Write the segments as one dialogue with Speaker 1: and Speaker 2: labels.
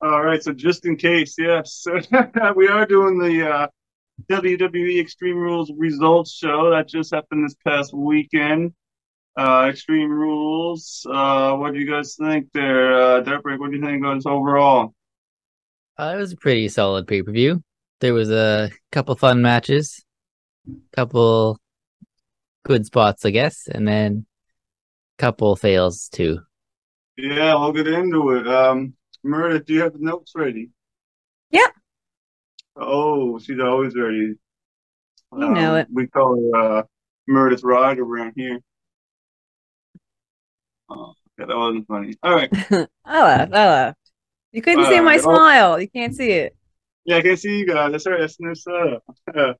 Speaker 1: All right, so just in case, yes, we are doing the uh, WWE Extreme Rules results show that just happened this past weekend. Uh, Extreme Rules, uh, what do you guys think there, uh, Derek? What do you think of this overall?
Speaker 2: Uh, it was a pretty solid pay per view. There was a couple fun matches, couple good spots, I guess, and then couple fails too.
Speaker 1: Yeah, we'll get into it. Um, Meredith, do you have the notes ready?
Speaker 3: Yep.
Speaker 1: Oh, she's always ready. Um,
Speaker 3: You know it.
Speaker 1: We call her uh, Meredith Rod around here. Oh, yeah, that wasn't funny. All right.
Speaker 3: I laughed. I laughed. You couldn't see
Speaker 1: Uh,
Speaker 3: my
Speaker 1: oh.
Speaker 3: smile. You can't see it.
Speaker 1: Yeah, I can see you guys. That's right. That's this up.
Speaker 3: All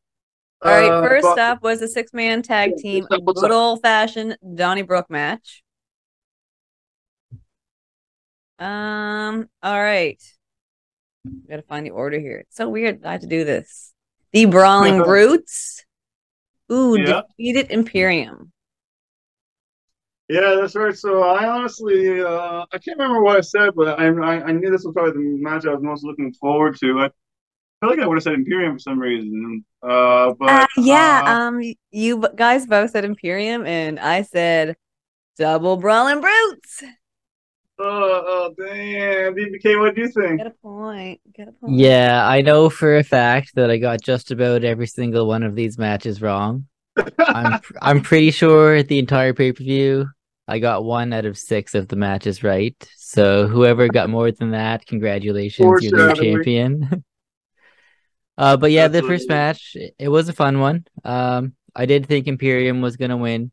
Speaker 3: right.
Speaker 1: Uh,
Speaker 3: first
Speaker 1: but-
Speaker 3: up was a six man tag
Speaker 1: Yeah,
Speaker 3: team,
Speaker 1: what's up, what's
Speaker 3: good
Speaker 1: up?
Speaker 3: old fashioned Donnybrook match. Um. All right. Gotta find the order here. It's so weird. that I have to do this. The Brawling Brutes, ooh,
Speaker 1: Yeah.
Speaker 3: defeated Imperium.
Speaker 1: Yeah, that's right. So I honestly, uh, I can't remember what I said, but I, I, I knew this was probably the match I was most looking forward to. I feel like I would have said Imperium for some reason. Uh, but
Speaker 3: Uh, yeah.
Speaker 1: uh,
Speaker 3: um. y- You b- guys both said Imperium, and I said double Brawling Brutes.
Speaker 1: oh, oh, damn, BBK, what do you think?
Speaker 3: Get a point. Get a point.
Speaker 2: Yeah, I know for a fact that I got just about every single one of these matches wrong. I'm pr- I'm pretty sure the entire pay per view. I got one out of six of the matches right. So whoever got more than that, congratulations, you're the
Speaker 1: Foreshadowing.
Speaker 2: champion. uh, but yeah, the first
Speaker 1: Absolutely.
Speaker 2: match it- it was a fun one. Um, I did think Imperium was gonna win,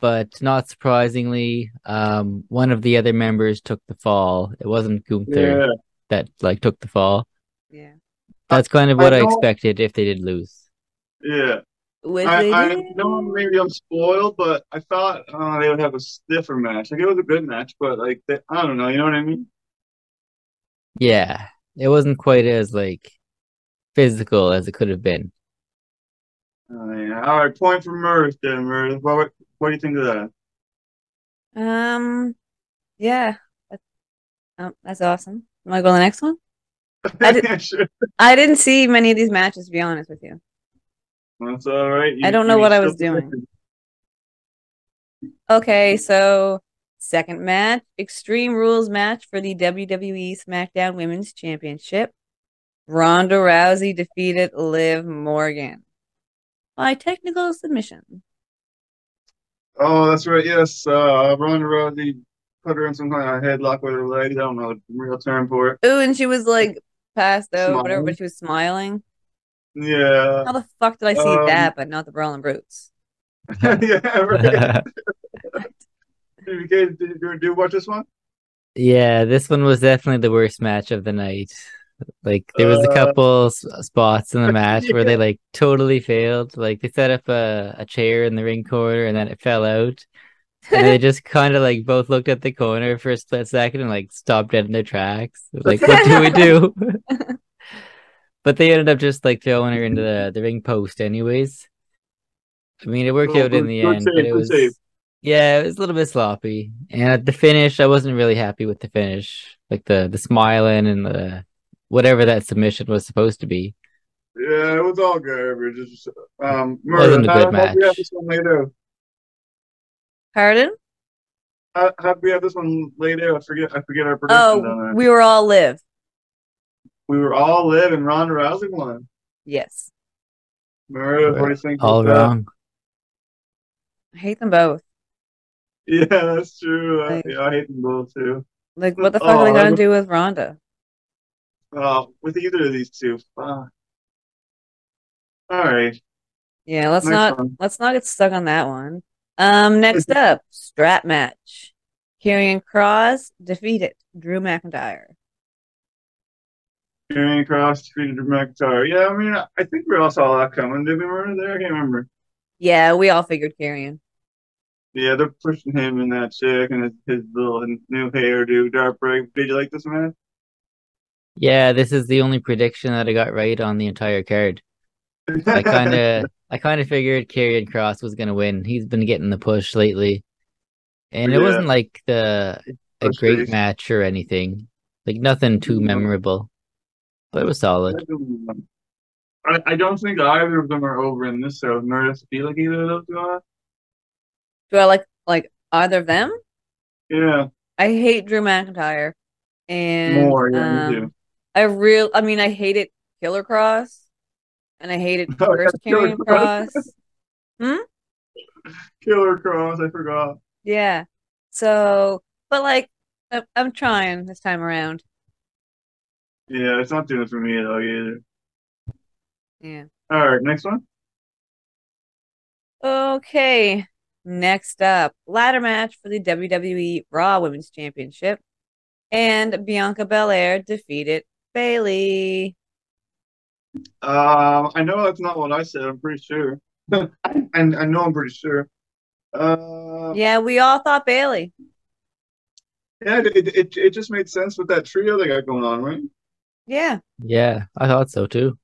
Speaker 2: but not surprisingly, um, one of the other members took the fall. It wasn't Gunther
Speaker 1: Yeah.
Speaker 2: that like took the fall.
Speaker 3: Yeah.
Speaker 2: That's kind of
Speaker 1: I
Speaker 2: what I,
Speaker 1: don't-
Speaker 2: expected if they did lose.
Speaker 1: Yeah,
Speaker 3: Which
Speaker 1: I,
Speaker 3: they
Speaker 1: I
Speaker 3: did.
Speaker 1: know maybe I'm spoiled, but I thought uh, they would have a stiffer match. Like it was a good match, but like they, I don't know, you know what I mean?
Speaker 2: Yeah, it wasn't quite as like physical as it could have been.
Speaker 1: Uh, yeah. All right, point for Murph then, Murph. What, what what do you think of that?
Speaker 3: Um, yeah, that's, um, that's awesome. Want to go to the next one? I did-
Speaker 1: Sure.
Speaker 3: I didn't see many of these matches, to be honest with you.
Speaker 1: That's all right.
Speaker 3: I
Speaker 1: You-
Speaker 3: don't know
Speaker 1: you
Speaker 3: what I was
Speaker 1: still-
Speaker 3: doing. Okay, so second match, Extreme Rules match for the WWE SmackDown Women's Championship. Ronda Rousey defeated Liv Morgan by technical submission.
Speaker 1: Oh, that's right. Yes, uh, Ronda Rousey put her in some kind of headlock with her legs. I don't know the real term for it.
Speaker 3: Ooh, and she was like passed out, or whatever,
Speaker 1: Smiling.
Speaker 3: but she was smiling.
Speaker 1: Yeah,
Speaker 3: How the fuck did I see
Speaker 1: Um,
Speaker 3: that, but not the Brawling Brutes?
Speaker 1: yeah, right. Did you, guys- did you do watch this one?
Speaker 2: yeah, this one was definitely the worst match of the night. Like there was a
Speaker 1: Uh,
Speaker 2: couple s- spots in the match where they like totally failed. Like they set up a, a chair in the ring corner and then it fell out. And they just kind of like both looked at the corner for a split second and like stopped dead in their tracks. Like, what do we do? but they ended up just like throwing her into the, the ring post, anyways. I mean, it worked
Speaker 1: Oh,
Speaker 2: out in
Speaker 1: good-
Speaker 2: the
Speaker 1: good
Speaker 2: end,
Speaker 1: save,
Speaker 2: but it
Speaker 1: good
Speaker 2: was
Speaker 1: save.
Speaker 2: yeah, it was a little bit sloppy. And at the finish, I wasn't really happy with the finish, like the the smiling and the whatever that submission was supposed to be.
Speaker 1: Yeah, it was all garbage. It's just, um,
Speaker 2: Wasn't
Speaker 1: Murph,
Speaker 2: a good
Speaker 1: how, how do you have
Speaker 2: match.
Speaker 1: this one laid out?
Speaker 3: Pardon?
Speaker 1: How, how do we have this one laid out? I forget. I forget our predictions on
Speaker 3: Oh,
Speaker 1: that.
Speaker 3: we were all live.
Speaker 1: We were all live, and Ronda Rousey won.
Speaker 3: Yes.
Speaker 1: Murph, what do you think
Speaker 2: All
Speaker 1: of that?
Speaker 2: wrong.
Speaker 3: I hate them both.
Speaker 1: Yeah, that's true. I,
Speaker 3: Like-
Speaker 1: yeah, I hate them both too.
Speaker 3: Like, what the fuck are
Speaker 1: Oh,
Speaker 3: they
Speaker 1: I
Speaker 3: gonna
Speaker 1: would-
Speaker 3: do with Rhonda?
Speaker 1: Uh, with either of these two. Fuck. All right.
Speaker 3: Yeah, let's
Speaker 1: Nice
Speaker 3: not
Speaker 1: one.
Speaker 3: let's not get stuck on that one. Um, next up, strap match. Karrion Cross defeated Drew McIntyre.
Speaker 1: Karrion Cross defeated Drew McIntyre. Yeah, I mean, I think we all saw that coming. Did we remember there? I can't remember.
Speaker 3: Yeah, we all figured Carrion.
Speaker 1: Yeah, they're pushing him and that chick and his, his little new hairdo, dark break. Did you like this match?
Speaker 2: Yeah, this is the only prediction that I got right on the entire card. I kind of, I kind of figured Karrion Cross was gonna win. He's been getting the push lately, and it
Speaker 1: Yeah.
Speaker 2: wasn't like the a
Speaker 1: Push
Speaker 2: great
Speaker 1: face.
Speaker 2: match or anything, like nothing too
Speaker 1: No.
Speaker 2: memorable, but it was solid.
Speaker 1: I, I don't think either of them are over in this, so Nerdist be like either of those guys.
Speaker 3: Do I like like either of them?
Speaker 1: Yeah,
Speaker 3: I hate Drew McIntyre, and
Speaker 1: more. Yeah,
Speaker 3: um,
Speaker 1: me too.
Speaker 3: I real. I mean, I hated Killer Cross, and I hated
Speaker 1: Oh,
Speaker 3: first
Speaker 1: yeah, Killer
Speaker 3: Karrion Cross.
Speaker 1: Killer Cross, I forgot.
Speaker 3: Yeah. So, but like, I- I'm trying this time around.
Speaker 1: Yeah, it's not doing it for me though either.
Speaker 3: Yeah.
Speaker 1: All right, next one.
Speaker 3: Okay. Next up, ladder match for the WWE Raw Women's Championship, and Bianca Belair defeated Bailey.
Speaker 1: Um, I know that's not what I said. I'm pretty sure, and I know I'm pretty sure. Uh,
Speaker 3: Yeah, we all thought Bailey.
Speaker 1: yeah, it, it it it just made sense with that trio they got going on, right?
Speaker 3: Yeah.
Speaker 2: Yeah, I thought so too.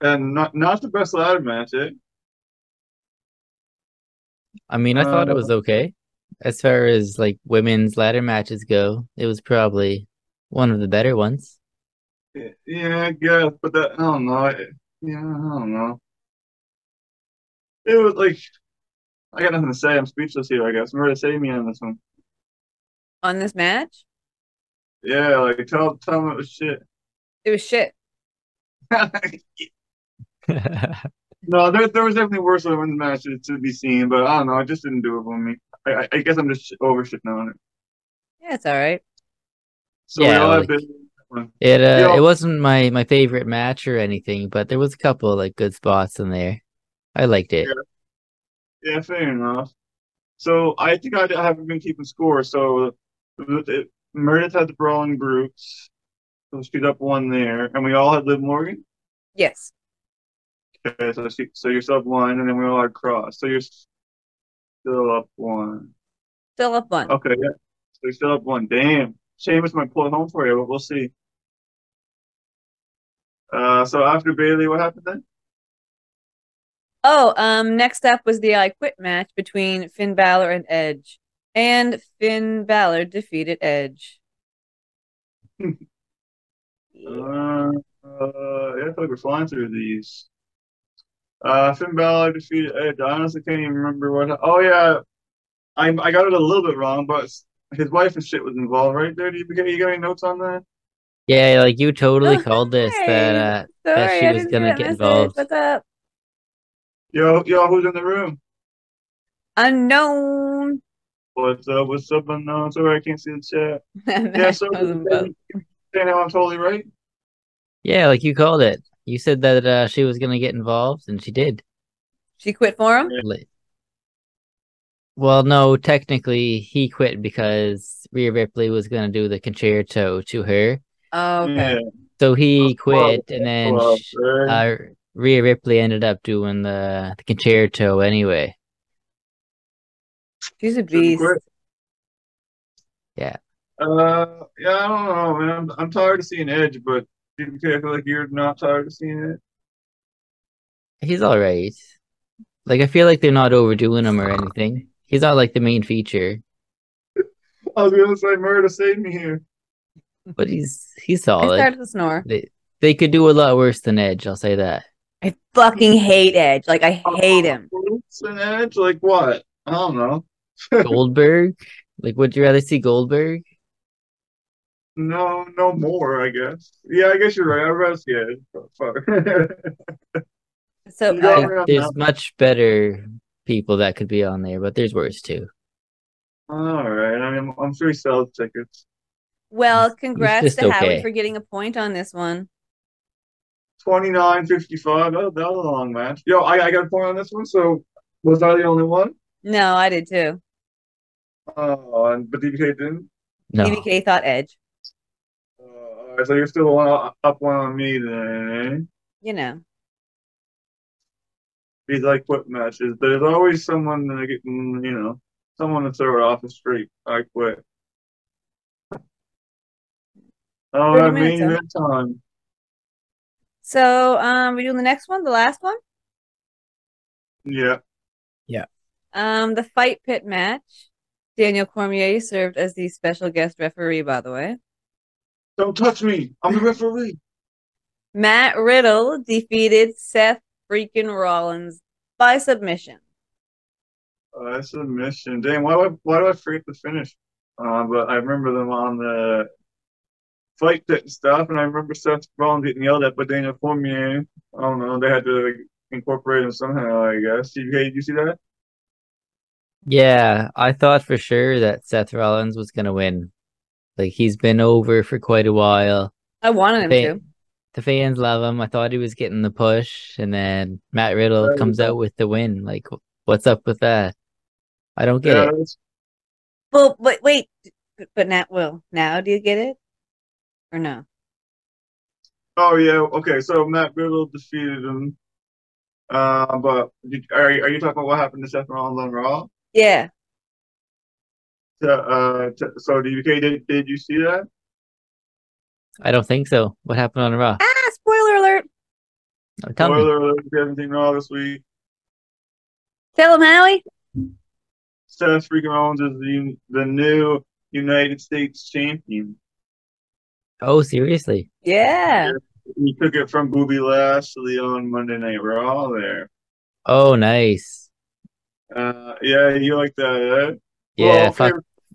Speaker 1: And not not the best ladder match, eh?
Speaker 2: I mean, I thought
Speaker 1: Uh,
Speaker 2: it was okay. As far as like women's ladder matches go, it was probably one of the better ones.
Speaker 1: Yeah, I guess, but that I don't know. It, yeah, I don't know. It was like I got nothing to say. I'm speechless here. I guess. Remember to save me on this one.
Speaker 3: On this match,
Speaker 1: Yeah, like tell tell them it was shit.
Speaker 3: it was shit.
Speaker 1: No, there there was definitely worse women's matches to be seen, but I don't know. It just didn't do it for me. I I, I guess I'm just sh- over shitting on it.
Speaker 3: Yeah, it's all right.
Speaker 1: So we
Speaker 2: Yeah,
Speaker 1: all have
Speaker 2: like-
Speaker 1: been. one.
Speaker 2: It uh,
Speaker 1: Yeah.
Speaker 2: it wasn't my my favorite match or anything, but there was a couple like good spots in there. I liked it.
Speaker 1: Yeah, fair enough. So I think I, I haven't been keeping score. So it, it- Meredith had the brawling groups, so she's up one there, and we all had Liv Morgan.
Speaker 3: Yes.
Speaker 1: Okay, so she, so you're sub one, and then we all had Cross. So you're still up one.
Speaker 3: Still up one.
Speaker 1: Okay, yeah. So you're still up one. Damn, Sheamus might pull it home for you, but we'll see. Uh, so after Bailey, what happened then?
Speaker 3: Oh, um, next up was the I Quit match between Finn Balor and Edge. And Finn Balor defeated Edge. Yeah.
Speaker 1: Uh, uh, yeah, I feel like we're flying through these. Uh, Finn Balor defeated Edge. I honestly can't even remember what. Oh yeah, I I got it a little bit wrong, but his wife and shit was involved, right there. Do you, you got any notes on that?
Speaker 2: Yeah, like you totally
Speaker 3: Oh,
Speaker 2: called this
Speaker 3: hi.
Speaker 2: that uh,
Speaker 3: Sorry,
Speaker 2: she
Speaker 3: I
Speaker 2: was
Speaker 3: didn't see
Speaker 2: gonna
Speaker 3: that
Speaker 2: get
Speaker 3: message.
Speaker 2: involved.
Speaker 3: What's up?
Speaker 1: Yo, yo, who's in the room?
Speaker 3: Unknown.
Speaker 1: What's up? What's up? Unknown. Sorry, I can't see the chat. Yeah,
Speaker 3: That
Speaker 1: so
Speaker 3: was about-
Speaker 1: saying how I'm totally right.
Speaker 2: yeah, like you called it. You said that uh, she was gonna get involved, and she did.
Speaker 3: She quit for him?
Speaker 2: Li- Well, no, technically he quit because Rhea Ripley was gonna do the concerto to her,
Speaker 3: Oh, okay.
Speaker 1: Yeah.
Speaker 2: so he
Speaker 1: Oh, Well,
Speaker 2: quit, and then
Speaker 1: well, eh,
Speaker 2: sh-
Speaker 1: right.
Speaker 2: uh, Rhea Ripley ended up doing the, the concerto anyway.
Speaker 3: She's a
Speaker 1: Should've
Speaker 3: beast.
Speaker 1: quit.
Speaker 2: Yeah.
Speaker 1: Uh, yeah, I don't know, man. I'm, I'm tired of seeing Edge, but DK, I feel like you're not tired of seeing it.
Speaker 2: He's all right. Like I feel like they're not overdoing him or anything. He's not like the main feature,
Speaker 1: I was gonna say Murder saved me here.
Speaker 2: but he's he's
Speaker 3: I
Speaker 2: solid.
Speaker 3: started to snore.
Speaker 2: They they could do a lot worse than Edge. I'll say that.
Speaker 3: I fucking hate Edge. Like, I hate him.
Speaker 1: It's an Uh, Edge, like what? I don't know.
Speaker 2: Goldberg. Like, would you rather see Goldberg?
Speaker 1: No, no more. I guess. Yeah, I guess you're right. I'd rather see Edge. but Fuck.
Speaker 3: So,
Speaker 1: You got
Speaker 3: uh,
Speaker 1: me on
Speaker 2: There's
Speaker 1: that.
Speaker 2: much better people that could be on there, but there's worse too.
Speaker 1: All right. I mean, I'm sure he sells tickets.
Speaker 3: well, congrats
Speaker 2: just
Speaker 3: to Howie
Speaker 2: okay.
Speaker 3: for getting a point on this one.
Speaker 1: Twenty nine fifty five. That, Oh, that was a long match. Yo, I, I got a point on this one. So was I the only one?
Speaker 3: No, I did too.
Speaker 1: Oh, and but DK didn't.
Speaker 2: No,
Speaker 3: DBK thought Edge.
Speaker 1: Uh, all right, so you're still one, up one on me then.
Speaker 3: You know,
Speaker 1: These like quit matches. There's always someone that I get, mm, you know, someone to throw it off the street. I quit. Oh,
Speaker 3: 30
Speaker 1: that
Speaker 3: minutes,
Speaker 1: means
Speaker 3: huh?
Speaker 1: that time.
Speaker 3: So, um, we doing the next one, the last one.
Speaker 1: Yeah.
Speaker 3: Um, the fight pit match. Daniel Cormier served as the special guest referee, by the way.
Speaker 1: Don't touch me. I'm the referee.
Speaker 3: Matt Riddle defeated Seth freaking Rollins by submission.
Speaker 1: Oh, that's a mission. Dang, why do I, why do I forget the finish? Uh, but I remember them on the fight pit and stuff, and I remember Seth Rollins getting yelled at by Daniel Cormier. I don't know. They had to like, incorporate him somehow, I guess. Did you, hey, did you see that?
Speaker 2: Yeah, I thought for sure that Seth Rollins was gonna win. Like he's been over for quite a while.
Speaker 3: I wanted him
Speaker 2: They-
Speaker 3: to.
Speaker 2: The fans love him. I thought he was getting the push, and then Matt Riddle
Speaker 1: Right.
Speaker 2: comes out with the win. Like, wh- what's up with that? I don't get
Speaker 1: Yeah,
Speaker 2: it.
Speaker 1: that's-
Speaker 3: Well, but wait, but now, well, now do you get it or no?
Speaker 1: Oh yeah. Okay. So Matt Riddle defeated him. Uh, but did, are you- are you talking about what happened to Seth Rollins on Raw?
Speaker 3: Yeah,
Speaker 1: To, uh, to, so DK, did did you see that?
Speaker 2: I don't think so. What happened on Raw?
Speaker 3: ah, spoiler alert.
Speaker 2: Oh, Tell me.
Speaker 1: Spoiler alert, if you haven't seen Raw this week.
Speaker 3: Tell him, Howie.
Speaker 1: Seth freaking Rollins is the the new United States champion.
Speaker 2: Oh, seriously?
Speaker 3: Yeah,
Speaker 1: He took it from Booby Lashley on Monday Night Raw there.
Speaker 2: Oh, nice.
Speaker 1: Uh, yeah, you like that? eh?
Speaker 2: Yeah,
Speaker 1: Well, okay,
Speaker 2: fuck,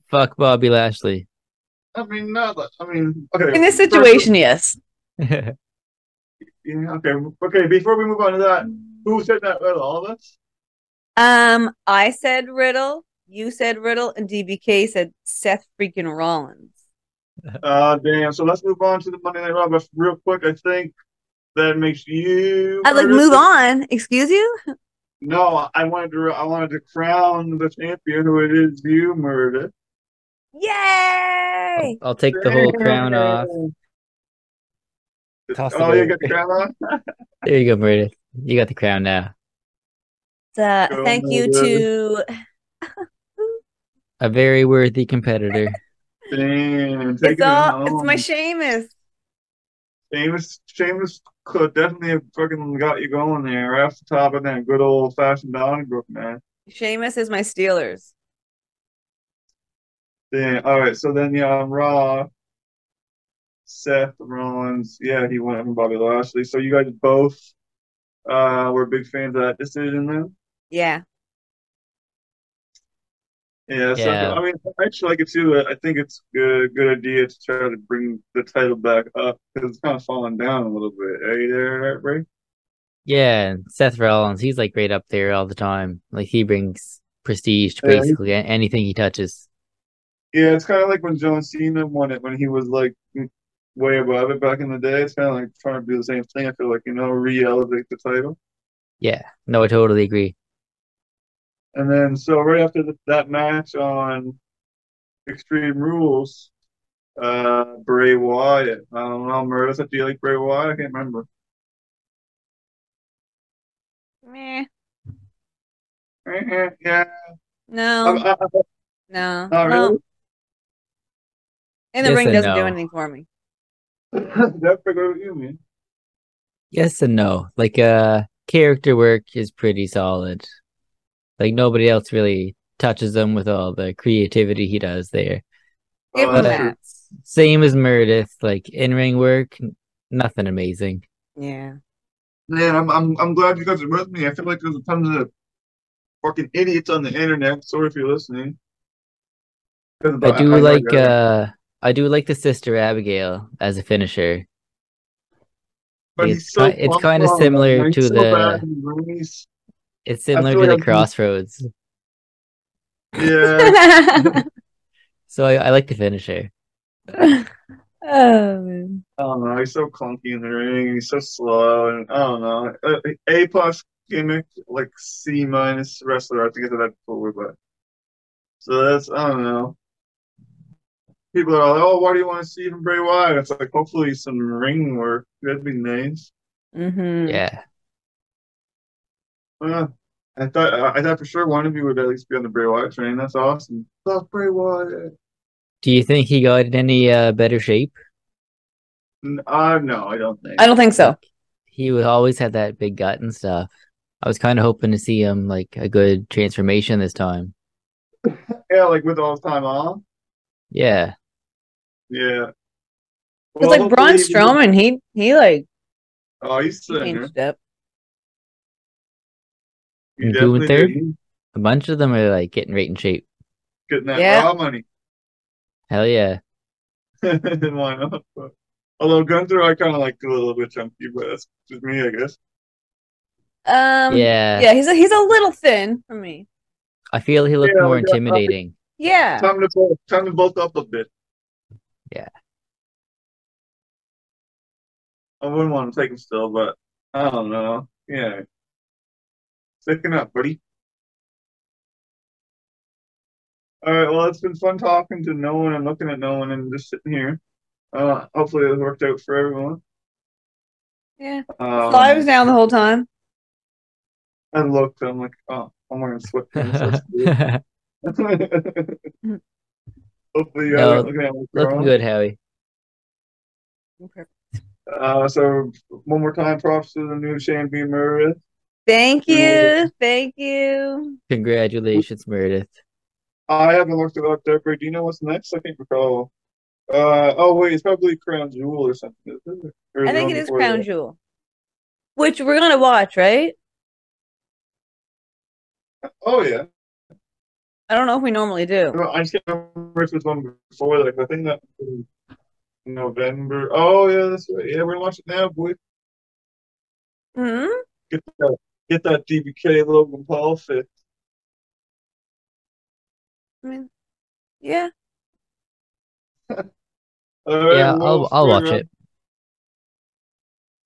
Speaker 2: fuck Bobby Lashley.
Speaker 1: I mean, not. like- I mean, okay.
Speaker 3: in this
Speaker 1: first-
Speaker 3: situation, yes.
Speaker 1: yeah, okay, okay. Before we move on to that, who said that? Well, all of us.
Speaker 3: Um, I said Riddle, you said Riddle, and DBK said Seth freaking Rollins.
Speaker 1: Uh, damn. So let's move on to the Monday Night Raw, but real quick, I think that makes you.
Speaker 3: I'd like move on. Excuse you?
Speaker 1: No, I wanted to. I wanted to crown the champion, who it is, you, Meredith.
Speaker 3: Yay!
Speaker 2: I'll take the whole crown off. Toss
Speaker 1: Oh,
Speaker 2: it
Speaker 1: you got the
Speaker 2: over.
Speaker 1: crown off.
Speaker 2: There you go, Meredith. You got the crown now.
Speaker 3: Uh,
Speaker 1: Go,
Speaker 3: thank you to
Speaker 1: Meredith.
Speaker 2: A very worthy competitor.
Speaker 1: Damn, take it
Speaker 3: it's all it's
Speaker 1: home.
Speaker 3: my Seamus.
Speaker 1: Sheamus, Sheamus could definitely have fucking got you going there, right off the top of that good old fashioned Donnybrook, man.
Speaker 3: Seamus is my Steelers.
Speaker 1: Damn. All right, so then yeah, on Raw, Seth Rollins, yeah, he went from Bobby Lashley. So you guys both uh were big fans of that decision then?
Speaker 3: Yeah.
Speaker 1: Yeah, so
Speaker 2: Yeah.
Speaker 1: I mean actually I could see that I think it's a good idea to try to bring the title back up because it's kind of falling down a little bit. Are you there, Ray?
Speaker 2: Yeah, and Seth Rollins, he's like right up there all the time. Like he brings prestige to
Speaker 1: Yeah, he-
Speaker 2: basically a- anything he touches.
Speaker 1: Yeah, it's kind of like when John Cena won it when he was like way above it back in the day. It's kind of like trying to do the same thing. I feel like, you know, re-elevate the title.
Speaker 2: No, I totally agree.
Speaker 1: And then, so right after th that match on Extreme Rules, uh, Bray Wyatt. I don't know, Marissa, do you like Bray Wyatt? I can't remember.
Speaker 3: Meh.
Speaker 1: Eh, eh, Yeah. I,
Speaker 3: No,
Speaker 1: I, I,
Speaker 3: no.
Speaker 1: not
Speaker 3: no.
Speaker 1: Uh, oh, really.
Speaker 3: And the
Speaker 2: Yes
Speaker 3: ring
Speaker 2: and
Speaker 3: doesn't do
Speaker 2: no.
Speaker 3: anything for me.
Speaker 1: That's figure what you mean.
Speaker 2: Yes and no. Like uh character work is pretty solid. Like nobody else really touches him with all the creativity he does there.
Speaker 3: Give
Speaker 1: Oh,
Speaker 3: him
Speaker 1: that's
Speaker 2: that.
Speaker 1: true.
Speaker 3: that.
Speaker 2: Same as Meredith, like in ring work, n- nothing amazing.
Speaker 3: Yeah.
Speaker 1: Man, I'm I'm I'm glad you guys are with me. I feel like there's a ton of fucking idiots on the internet. Sorry if you're listening. 'Cause
Speaker 2: I
Speaker 1: about-
Speaker 2: do
Speaker 1: I know
Speaker 2: like
Speaker 1: you are.
Speaker 2: uh I do like the sister Abigail as a finisher.
Speaker 1: But
Speaker 2: it's
Speaker 1: he's so
Speaker 2: ki- it's
Speaker 1: fun
Speaker 2: kinda
Speaker 1: wrong,
Speaker 2: similar
Speaker 1: man. He's
Speaker 2: to
Speaker 1: so
Speaker 2: the-
Speaker 1: bad in the movies.
Speaker 2: It's similar
Speaker 1: feel like
Speaker 2: to the
Speaker 1: I've been-
Speaker 2: crossroads.
Speaker 1: Yeah,
Speaker 2: So I, I like the finisher.
Speaker 3: Oh, man.
Speaker 1: I don't know. He's so clunky in the ring. He's so slow, and I don't know. A, A plus gimmick, like C minus wrestler. I think I said that before, but so that's I don't know. people are like, "Oh, why do you want to see from Bray Wyatt?" It's like, hopefully, some ring work. That'd be nice. Mm.
Speaker 3: Mm-hmm.
Speaker 2: Yeah.
Speaker 1: Uh, I thought I thought for sure one of you would at least be on the Bray Wyatt train. That's awesome. Love Bray Wyatt.
Speaker 2: Do you think he got in any uh, better shape?
Speaker 1: N- Uh, no, I don't think.
Speaker 3: I don't think so.
Speaker 2: He would always had that big gut and stuff. I was kind of hoping to see him like a good transformation this time.
Speaker 1: yeah, like with all the time off.
Speaker 2: Yeah,
Speaker 1: Yeah.
Speaker 3: It's
Speaker 1: Well,
Speaker 3: like Braun
Speaker 1: hopefully he-
Speaker 3: Strowman, he he like
Speaker 1: Oh, he's thinner.
Speaker 3: changed up.
Speaker 1: He
Speaker 2: And
Speaker 1: definitely
Speaker 2: Gunther?
Speaker 1: did. He's
Speaker 2: a bunch of them are like getting right in shape.
Speaker 1: Getting that
Speaker 3: Yeah.
Speaker 1: raw money.
Speaker 2: Hell yeah,
Speaker 1: Why not? But, although Gunther, I kind of like a little bit chunky, but that's just me, I guess.
Speaker 3: Um, yeah,
Speaker 2: yeah.
Speaker 3: he's a, he's a little thin for me.
Speaker 2: I feel he looked
Speaker 1: Yeah,
Speaker 2: more
Speaker 1: we got-
Speaker 2: intimidating.
Speaker 3: Yeah,
Speaker 1: Time to bulk, time to bulk up a bit.
Speaker 2: Yeah.
Speaker 1: I wouldn't want to take him still, but I don't know. Yeah. Sticking up, buddy. All right. Well, it's been fun talking to no one and looking at no one and just sitting here. Uh, hopefully, it worked out for everyone.
Speaker 3: yeah.
Speaker 1: Um,
Speaker 3: so I was down the whole time.
Speaker 1: I looked. I'm like, oh, I'm wearing sweatpants. That's
Speaker 2: Looking
Speaker 1: weird. Hopefully, you guys
Speaker 2: No,
Speaker 1: aren't looking at me wrong.
Speaker 2: good, Howie.
Speaker 1: Uh, so one more time, props to the new Shane B. Meredith.
Speaker 3: Thank
Speaker 1: Yeah.
Speaker 3: you, thank you.
Speaker 2: Congratulations, Meredith.
Speaker 1: I haven't looked it up, Deborah. Do you know what's next? I can't recall. Uh, oh wait, it's probably Crown Jewel or something. isn't it? Or the
Speaker 3: I think
Speaker 1: one
Speaker 3: it is
Speaker 1: before
Speaker 3: Crown
Speaker 1: that?
Speaker 3: Jewel, which we're gonna watch, right?
Speaker 1: Oh yeah,
Speaker 3: I don't know if we normally do.
Speaker 1: No, I just can't remember if it's one before that. 'cause I think that was in November. Oh yeah, that's right. Yeah, we're gonna watch it now, boy.
Speaker 3: hmm
Speaker 1: Get that, get that DBK Logan Paul fit.
Speaker 3: I mean, yeah.
Speaker 1: All right,
Speaker 2: yeah,
Speaker 1: well,
Speaker 2: I'll I'll watch
Speaker 1: for,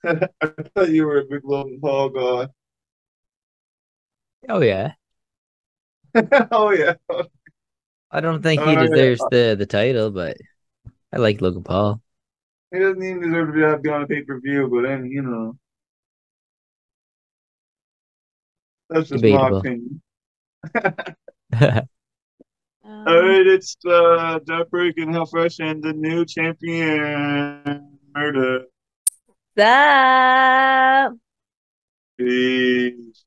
Speaker 1: uh,
Speaker 2: it.
Speaker 1: I thought you were a big Logan Paul guy.
Speaker 2: Oh yeah,
Speaker 1: oh yeah.
Speaker 2: I don't think he
Speaker 1: Uh, yeah.
Speaker 2: deserves the the title, but I like Logan Paul.
Speaker 1: He doesn't even deserve to be, have- be on a pay per view, but then you know, that's just my
Speaker 2: Debatable.
Speaker 1: opinion.
Speaker 3: Um,
Speaker 1: All right, it's uh, Daybreak and Hellfresh and the new champion Murder.
Speaker 3: sup?
Speaker 1: Peace.